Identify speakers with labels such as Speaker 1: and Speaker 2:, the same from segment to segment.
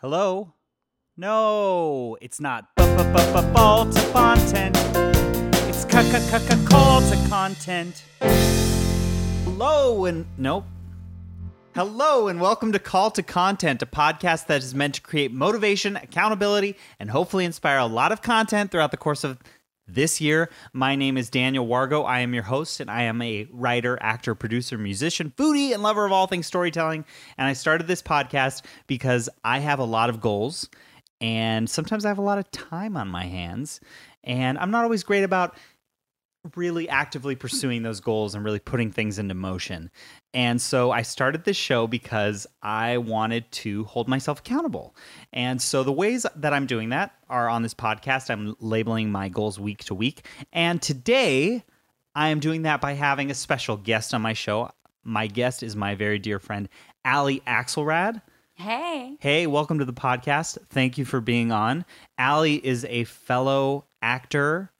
Speaker 1: Hello? No, it's not. Ball to content. It's c c c c call to content. Hello and nope. Hello and welcome to Call to Content, a podcast that is meant to create motivation, accountability, and hopefully inspire a lot of content throughout the course of this year. My name is Daniel Wargo. I am your host, and I am a writer, actor, producer, musician, foodie, and lover of all things storytelling. And I started this podcast because I have a lot of goals, and sometimes I have a lot of time on my hands, and I'm not always great about really actively pursuing those goals and really putting things into motion. And so I started this show because I wanted to hold myself accountable. And so the ways that I'm doing that are on this podcast. I'm labeling my goals week to week. And today I am doing that by having a special guest on my show. My guest is my very dear friend, Ali Axelrad.
Speaker 2: Hey.
Speaker 1: Hey, welcome to the podcast. Thank you for being on. Ali is a fellow actor,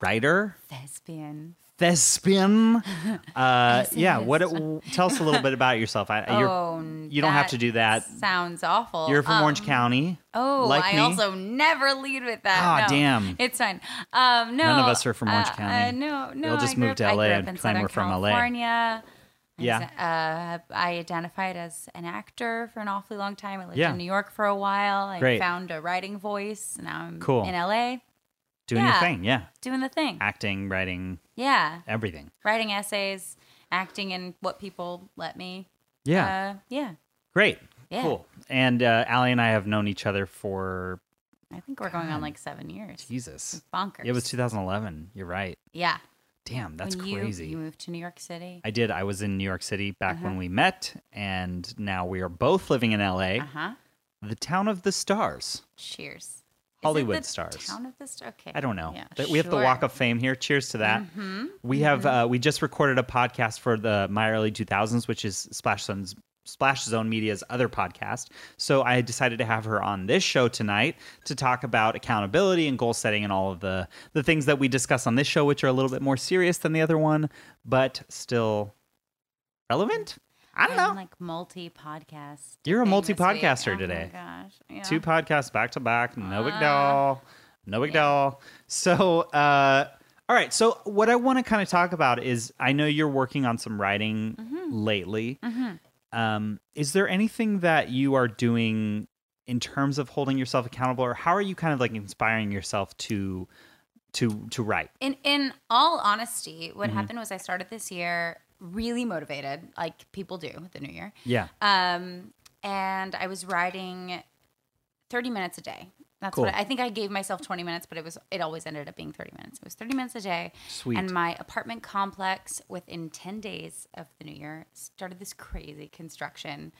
Speaker 1: writer,
Speaker 2: Thespian.
Speaker 1: thespian. Uh,
Speaker 2: Yes, it
Speaker 1: yeah,
Speaker 2: is.
Speaker 1: what? It, tell us a little bit about yourself. I, you're,
Speaker 2: oh, n-
Speaker 1: you don't have to do that.
Speaker 2: Sounds awful.
Speaker 1: you're from Orange
Speaker 2: Um,
Speaker 1: County.
Speaker 2: Oh,
Speaker 1: like
Speaker 2: I
Speaker 1: me.
Speaker 2: also never lead with that.
Speaker 1: Ah,
Speaker 2: No,
Speaker 1: damn.
Speaker 2: It's fine. Um, no,
Speaker 1: None of us are from Orange
Speaker 2: uh,
Speaker 1: County.
Speaker 2: Uh, no, no.
Speaker 1: We'll just
Speaker 2: I grew
Speaker 1: move
Speaker 2: up,
Speaker 1: to
Speaker 2: I
Speaker 1: LA
Speaker 2: grew up
Speaker 1: and
Speaker 2: in
Speaker 1: claim
Speaker 2: Southern
Speaker 1: we're from LA.
Speaker 2: California. I was,
Speaker 1: Yeah.
Speaker 2: uh, I identified as an actor for an awfully long time. I lived
Speaker 1: Yeah.
Speaker 2: in New York for a while. I
Speaker 1: Great.
Speaker 2: found a writing voice. Now I'm
Speaker 1: Cool.
Speaker 2: in LA
Speaker 1: Doing your
Speaker 2: yeah.
Speaker 1: thing. Yeah,
Speaker 2: doing the thing.
Speaker 1: acting, writing,
Speaker 2: Yeah.
Speaker 1: everything.
Speaker 2: Writing essays, acting in what people let me.
Speaker 1: Yeah,
Speaker 2: Uh, yeah.
Speaker 1: great.
Speaker 2: yeah.
Speaker 1: Cool. And uh, Allie and I have known each other for
Speaker 2: I think we're going on like seven years.
Speaker 1: Jesus.
Speaker 2: Bonkers.
Speaker 1: It was 2011. You're right.
Speaker 2: yeah.
Speaker 1: Damn, that's
Speaker 2: when
Speaker 1: crazy.
Speaker 2: You, Uh-huh. you moved to New York City.
Speaker 1: I did. I was in New York City back when we met, and now we are both living in LA,
Speaker 2: Uh huh.
Speaker 1: the town of the stars.
Speaker 2: Cheers. Is it
Speaker 1: Hollywood
Speaker 2: the
Speaker 1: stars.
Speaker 2: Town of the st- okay.
Speaker 1: I don't know.
Speaker 2: Yeah,
Speaker 1: but we have the Walk
Speaker 2: sure. Mm-hmm,
Speaker 1: of Fame here. Cheers to that. We have uh, we just recorded a podcast for the my early 2000s, which is Splash Zone's Splash Zone Media's other podcast. So I decided to have her on this show tonight to talk about accountability and goal setting and all of the the things that we discuss on this show, which are a little bit more serious than the other one, but still relevant. I don't
Speaker 2: I'm,
Speaker 1: know.
Speaker 2: Like multi podcast.
Speaker 1: You're a multi-podcaster today.
Speaker 2: Oh my gosh. Yeah. Ah.
Speaker 1: two podcasts back to back. No big deal. No big deal. So, uh, all right. So, what I want to kind of talk about is I know you're working on some writing
Speaker 2: Mm-hmm.
Speaker 1: lately. Um, is there anything that you are doing in terms of holding yourself accountable, or how are you kind of like inspiring yourself to to to write?
Speaker 2: in in all honesty, what
Speaker 1: Mm-hmm.
Speaker 2: happened was I started this year really motivated, like people do with the new year.
Speaker 1: Yeah.
Speaker 2: Um, and I was riding 30 minutes a day. That's
Speaker 1: Cool.
Speaker 2: what I, I think I gave myself 20 minutes, but it was it always ended up being 30 minutes. It was 30 minutes a day.
Speaker 1: Sweet.
Speaker 2: And my apartment complex within 10 days of the new year started this crazy construction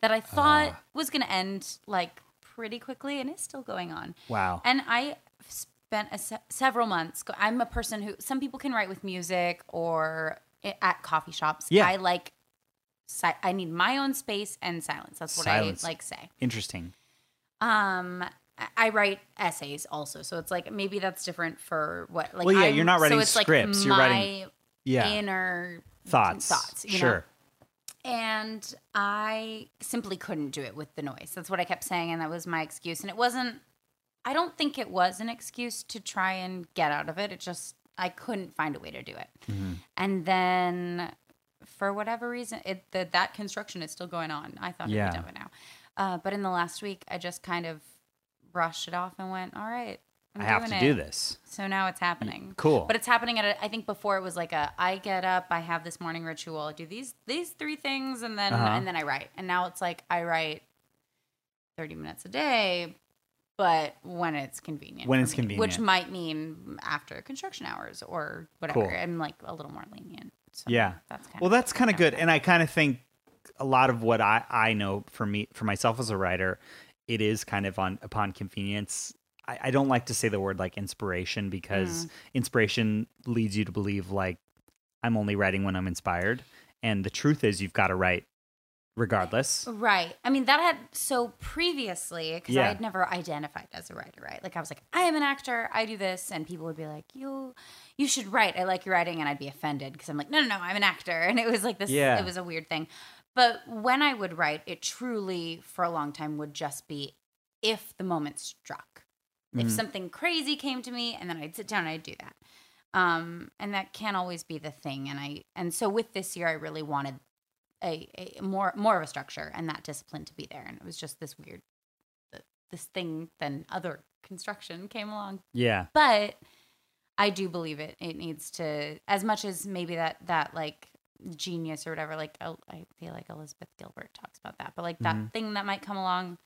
Speaker 2: that I thought
Speaker 1: Ah.
Speaker 2: was going to end like pretty quickly and is still going on.
Speaker 1: Wow.
Speaker 2: And I spent a se- several months. Go- I'm a person who some people can write with music or i- at coffee shops.
Speaker 1: Yeah.
Speaker 2: I like. Si- I need my own space and silence. That's what
Speaker 1: Silence.
Speaker 2: I like say.
Speaker 1: Interesting.
Speaker 2: Um, I- I write essays also, so it's like maybe that's different for what. Like,
Speaker 1: Well, yeah,
Speaker 2: I'm-
Speaker 1: you're not writing
Speaker 2: so it's like
Speaker 1: scripts, you're writing-
Speaker 2: my
Speaker 1: Yeah.
Speaker 2: inner
Speaker 1: thoughts.
Speaker 2: Thoughts. You
Speaker 1: sure.
Speaker 2: Know? And I simply couldn't do it with the noise. That's what I kept saying, and that was my excuse. And it wasn't, I don't think it was an excuse to try and get out of it. It just, I couldn't find a way to do it.
Speaker 1: Mm-hmm.
Speaker 2: And then for whatever reason, it the, that construction is still going on. I thought
Speaker 1: Yeah.
Speaker 2: it'd be done by now. Uh, but in the last week, I just kind of brushed it off and went, all right, I'm
Speaker 1: I have
Speaker 2: doing
Speaker 1: to
Speaker 2: it.
Speaker 1: do this.
Speaker 2: So now it's happening.
Speaker 1: cool.
Speaker 2: But it's happening at a, I think before it was like a I get up, I have this morning ritual, I do these these three things and then
Speaker 1: Uh-huh.
Speaker 2: and then I write. And now it's like I write 30 minutes a day, but when it's convenient.
Speaker 1: When
Speaker 2: for
Speaker 1: it's
Speaker 2: me, Which
Speaker 1: convenient.
Speaker 2: might mean after construction hours or whatever.
Speaker 1: Cool.
Speaker 2: I'm like a little more lenient. So
Speaker 1: Yeah.
Speaker 2: That's kind
Speaker 1: well
Speaker 2: of
Speaker 1: that's kind of good and i kind of think a lot of what i i know for me for myself as a writer it is kind of on upon convenience i, I don't like to say the word like inspiration because
Speaker 2: Mm.
Speaker 1: inspiration leads you to believe like i'm only writing when i'm inspired and the truth is you've got to write regardless
Speaker 2: Right. I mean, that had so previously, because
Speaker 1: Yeah.
Speaker 2: I had never identified as a writer, right? Like I was like, I am an actor, I do this, and people would be like, you, you should write. I like your writing, and I'd be offended because I'm like, no, no, no, I'm an actor, and it was like this.
Speaker 1: Yeah.
Speaker 2: It was a weird thing. But when I would write, it truly for a long time would just be if the moment struck. If something crazy came to me, and then I'd sit down and I'd do that. Um, and that can't always be the thing. And I and so with this year, I really wanted a, a more more of a structure and that discipline to be there. And it was just this weird this thing then other construction came along
Speaker 1: Yeah.
Speaker 2: but i do believe it it needs to as much as maybe that that like genius or whatever like El- i feel like elizabeth gilbert talks about that but like that
Speaker 1: Mhm.
Speaker 2: thing that might come along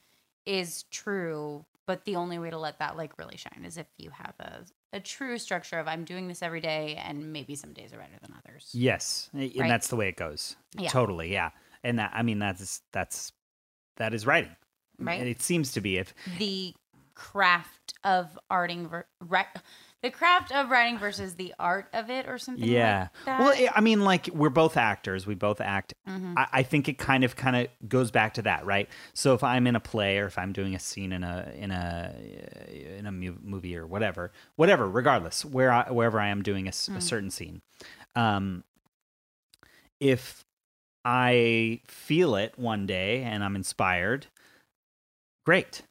Speaker 2: is true but the only way to let that like really shine is if you have a, a true structure of i'm doing this every day and maybe some days are better than others
Speaker 1: Yes, a- and
Speaker 2: Right?
Speaker 1: that's the way it goes.
Speaker 2: Yeah.
Speaker 1: Totally, yeah. And that I mean that's that's that is writing.
Speaker 2: Right.
Speaker 1: And it seems to be if
Speaker 2: the craft of arting ver- ri- the craft of writing versus the art of it or something
Speaker 1: yeah.
Speaker 2: like that. Mm-hmm.
Speaker 1: well, it, I mean like we're both actors, we both act. I, I think it kind of kind of goes back to that, right? So if I'm in a play or if I'm doing a scene in a in a uh, in a mu- movie or whatever, whatever, regardless, where I, wherever I am doing a, s- a
Speaker 2: Mm.
Speaker 1: certain scene. Um if I feel it one day and I'm inspired, great.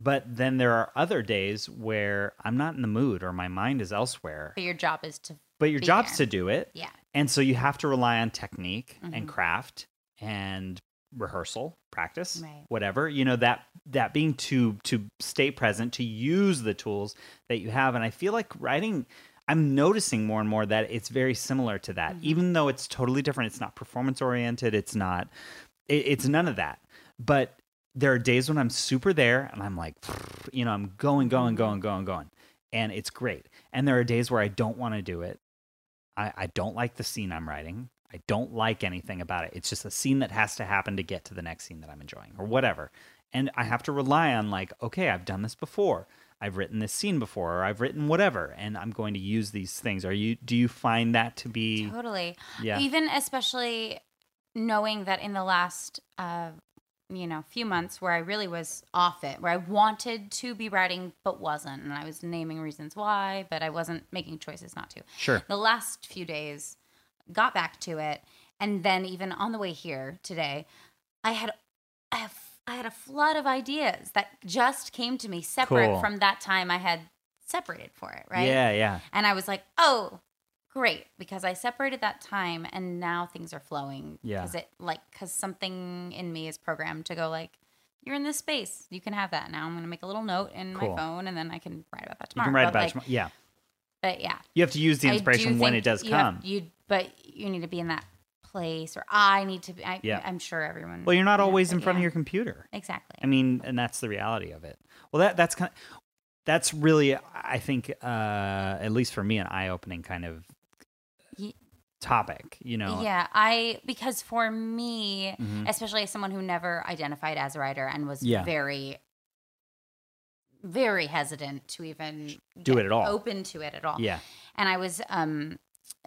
Speaker 1: But then there are other days where I'm not in the mood or my mind is elsewhere.
Speaker 2: but your job is to
Speaker 1: But your
Speaker 2: Be
Speaker 1: job's
Speaker 2: there.
Speaker 1: to do it.
Speaker 2: yeah
Speaker 1: And so you have to rely on technique and
Speaker 2: Mhm.
Speaker 1: craft and rehearsal, practice,
Speaker 2: Right.
Speaker 1: whatever. You know that that being to to stay present, to use the tools that you have. And I feel like writing I'm noticing more and more that it's very similar to that. Even though it's totally different, it's not performance oriented, it's not it, it's none of that. But there are days when I'm super there and I'm like, you know, I'm going, going, going, going, going. And it's great. And there are days where I don't want to do it. I, I don't like the scene I'm writing. I don't like anything about it. It's just a scene that has to happen to get to the next scene that I'm enjoying or whatever. And I have to rely on, like, okay, I've done this before. I've written this scene before, or I've written whatever, and I'm going to use these things. Are you, do you find that to be,
Speaker 2: totally
Speaker 1: yeah,
Speaker 2: even especially knowing that in the last uh you know few months where i really was off it where i wanted to be writing but wasn't and i was naming reasons why but i wasn't making choices not to
Speaker 1: sure.
Speaker 2: the last few days got back to it and then even on the way here today i had i, have, I had a flood of ideas that just came to me separate
Speaker 1: Cool.
Speaker 2: from that time i had separated for it right
Speaker 1: Yeah, yeah.
Speaker 2: and i was like oh great because i separated that time and now things are flowing
Speaker 1: Yeah.
Speaker 2: because it like because something in me is programmed to go like you're in this space you can have that now i'm going to make a little note in
Speaker 1: Cool.
Speaker 2: my phone and then i can write about that
Speaker 1: You
Speaker 2: tomorrow
Speaker 1: can write
Speaker 2: But,
Speaker 1: about it.
Speaker 2: like,
Speaker 1: tomorrow. Yeah.
Speaker 2: but yeah
Speaker 1: You have to use the
Speaker 2: I
Speaker 1: inspiration
Speaker 2: do
Speaker 1: when it
Speaker 2: think
Speaker 1: does
Speaker 2: you
Speaker 1: come.
Speaker 2: Have, you but you need to be in that place, or I need to be. I,
Speaker 1: Yeah.
Speaker 2: I'm sure everyone.
Speaker 1: well, you're not
Speaker 2: knows,
Speaker 1: always
Speaker 2: but
Speaker 1: in front of
Speaker 2: yeah.
Speaker 1: your computer.
Speaker 2: Exactly.
Speaker 1: I mean, and that's the reality of it. Well, that that's kind of that's really, I think, uh, at least for me, an eye-opening kind of
Speaker 2: Ye-
Speaker 1: topic. You know,
Speaker 2: yeah, I because for me,
Speaker 1: Mhm.
Speaker 2: especially as someone who never identified as a writer and was
Speaker 1: Yeah.
Speaker 2: very, very hesitant to even
Speaker 1: Do
Speaker 2: get
Speaker 1: it at all.
Speaker 2: open to it at all.
Speaker 1: yeah,
Speaker 2: and I was um,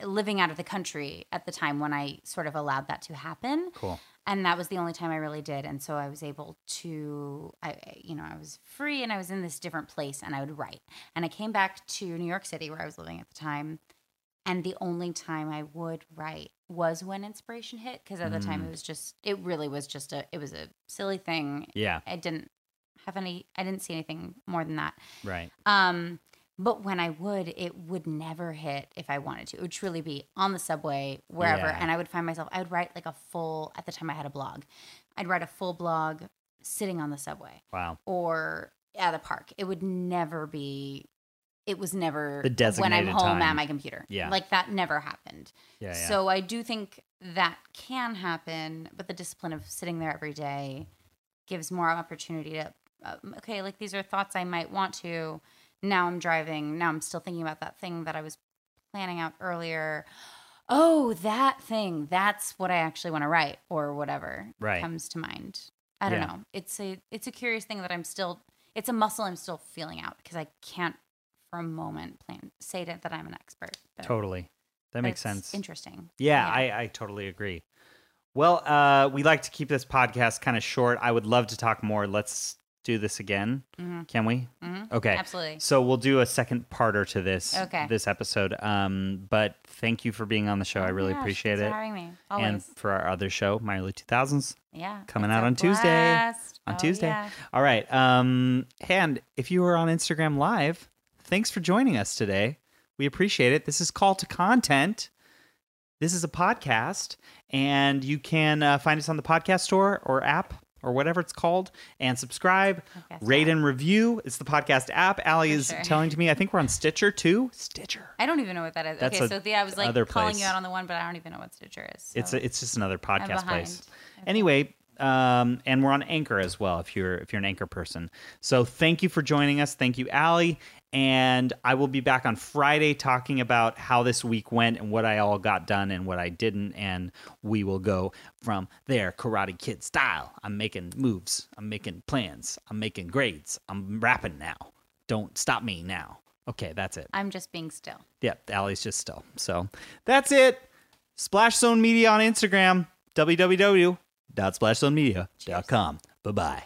Speaker 2: living out of the country at the time when I sort of allowed that to happen.
Speaker 1: cool.
Speaker 2: and that was the only time I really did. And so I was able to, I, I- you know, I was free and I was in this different place and I would write. And I came back to New York City where I was living at the time. And the only time I would write was when inspiration hit. Cause at the time
Speaker 1: Mm.
Speaker 2: it was just, it really was just a, it was a silly thing.
Speaker 1: Yeah,
Speaker 2: I didn't have any, I didn't see anything more than that.
Speaker 1: right.
Speaker 2: Um, but when I would, it would never hit if I wanted to. It would truly be on the subway, wherever.
Speaker 1: Yeah.
Speaker 2: And I would find myself, I would write like a full, at the time I had a blog, I'd write a full blog sitting on the subway
Speaker 1: Wow.
Speaker 2: or at a park. It would never be, it was never
Speaker 1: The
Speaker 2: when I'm
Speaker 1: designated
Speaker 2: home at
Speaker 1: time.
Speaker 2: my computer.
Speaker 1: Yeah.
Speaker 2: Like that never happened.
Speaker 1: Yeah, yeah.
Speaker 2: So I do think that can happen, but the discipline of sitting there every day gives more opportunity to, um, okay, like these are thoughts I might want to. Now I'm driving. Now I'm still thinking about that thing that I was planning out earlier. Oh, that thing. That's what I actually want to write, or whatever
Speaker 1: Right.
Speaker 2: comes to mind. I don't
Speaker 1: Yeah.
Speaker 2: know. It's a it's a curious thing that I'm still. It's a muscle I'm still feeling out because I can't for a moment plan say that, that I'm an expert. but-
Speaker 1: totally. That
Speaker 2: but
Speaker 1: makes
Speaker 2: it's
Speaker 1: sense.
Speaker 2: Interesting.
Speaker 1: Yeah,
Speaker 2: Yeah.
Speaker 1: I, I totally agree. Well, uh, we like to keep this podcast kind of short. I would love to talk more. Let's do this again. Can we?
Speaker 2: Mhm.
Speaker 1: Okay.
Speaker 2: Absolutely.
Speaker 1: So we'll do a second parter to this
Speaker 2: Okay.
Speaker 1: this episode. Um, but thank you for being on the show. I really
Speaker 2: Gosh,
Speaker 1: appreciate
Speaker 2: Oh, thanks
Speaker 1: it.
Speaker 2: For having me.
Speaker 1: And
Speaker 2: Always.
Speaker 1: for our other show, My Early 2000s,
Speaker 2: yeah.
Speaker 1: coming
Speaker 2: it's
Speaker 1: out
Speaker 2: a
Speaker 1: on Tuesday.
Speaker 2: blast.
Speaker 1: on
Speaker 2: Oh,
Speaker 1: Tuesday.
Speaker 2: yeah.
Speaker 1: All right. Um, and if you were on Instagram Live, thanks for joining us today. We appreciate it. This is Call to Content. This is a podcast, and you can uh, find us on the podcast store or app or whatever it's called and subscribe,
Speaker 2: Podcast
Speaker 1: rate
Speaker 2: app.
Speaker 1: and review. It's the podcast app. Allie is
Speaker 2: sure.
Speaker 1: telling to me, I think we're on Stitcher too. Stitcher.
Speaker 2: I don't even know what that is.
Speaker 1: That's
Speaker 2: okay,
Speaker 1: a
Speaker 2: so yeah, I was like
Speaker 1: other
Speaker 2: calling
Speaker 1: place.
Speaker 2: you out on the one, but I don't even know what Stitcher is.
Speaker 1: It's
Speaker 2: so.
Speaker 1: a, it's just another podcast place.
Speaker 2: behind.
Speaker 1: Anyway, um, and we're on Anchor as well. If you're if you're an Anchor person, so thank you for joining us. Thank you, Allie. And I will be back on Friday talking about how this week went and what I all got done and what I didn't. And we will go from there, Karate Kid style. I'm making moves. I'm making plans. I'm making grades. I'm rapping now. Don't stop me now. Okay, that's it.
Speaker 2: I'm just being still.
Speaker 1: Yep, Allie's just still. So that's it. Splash Zone Media on Instagram, www.splashzonemedia.com. Bye bye.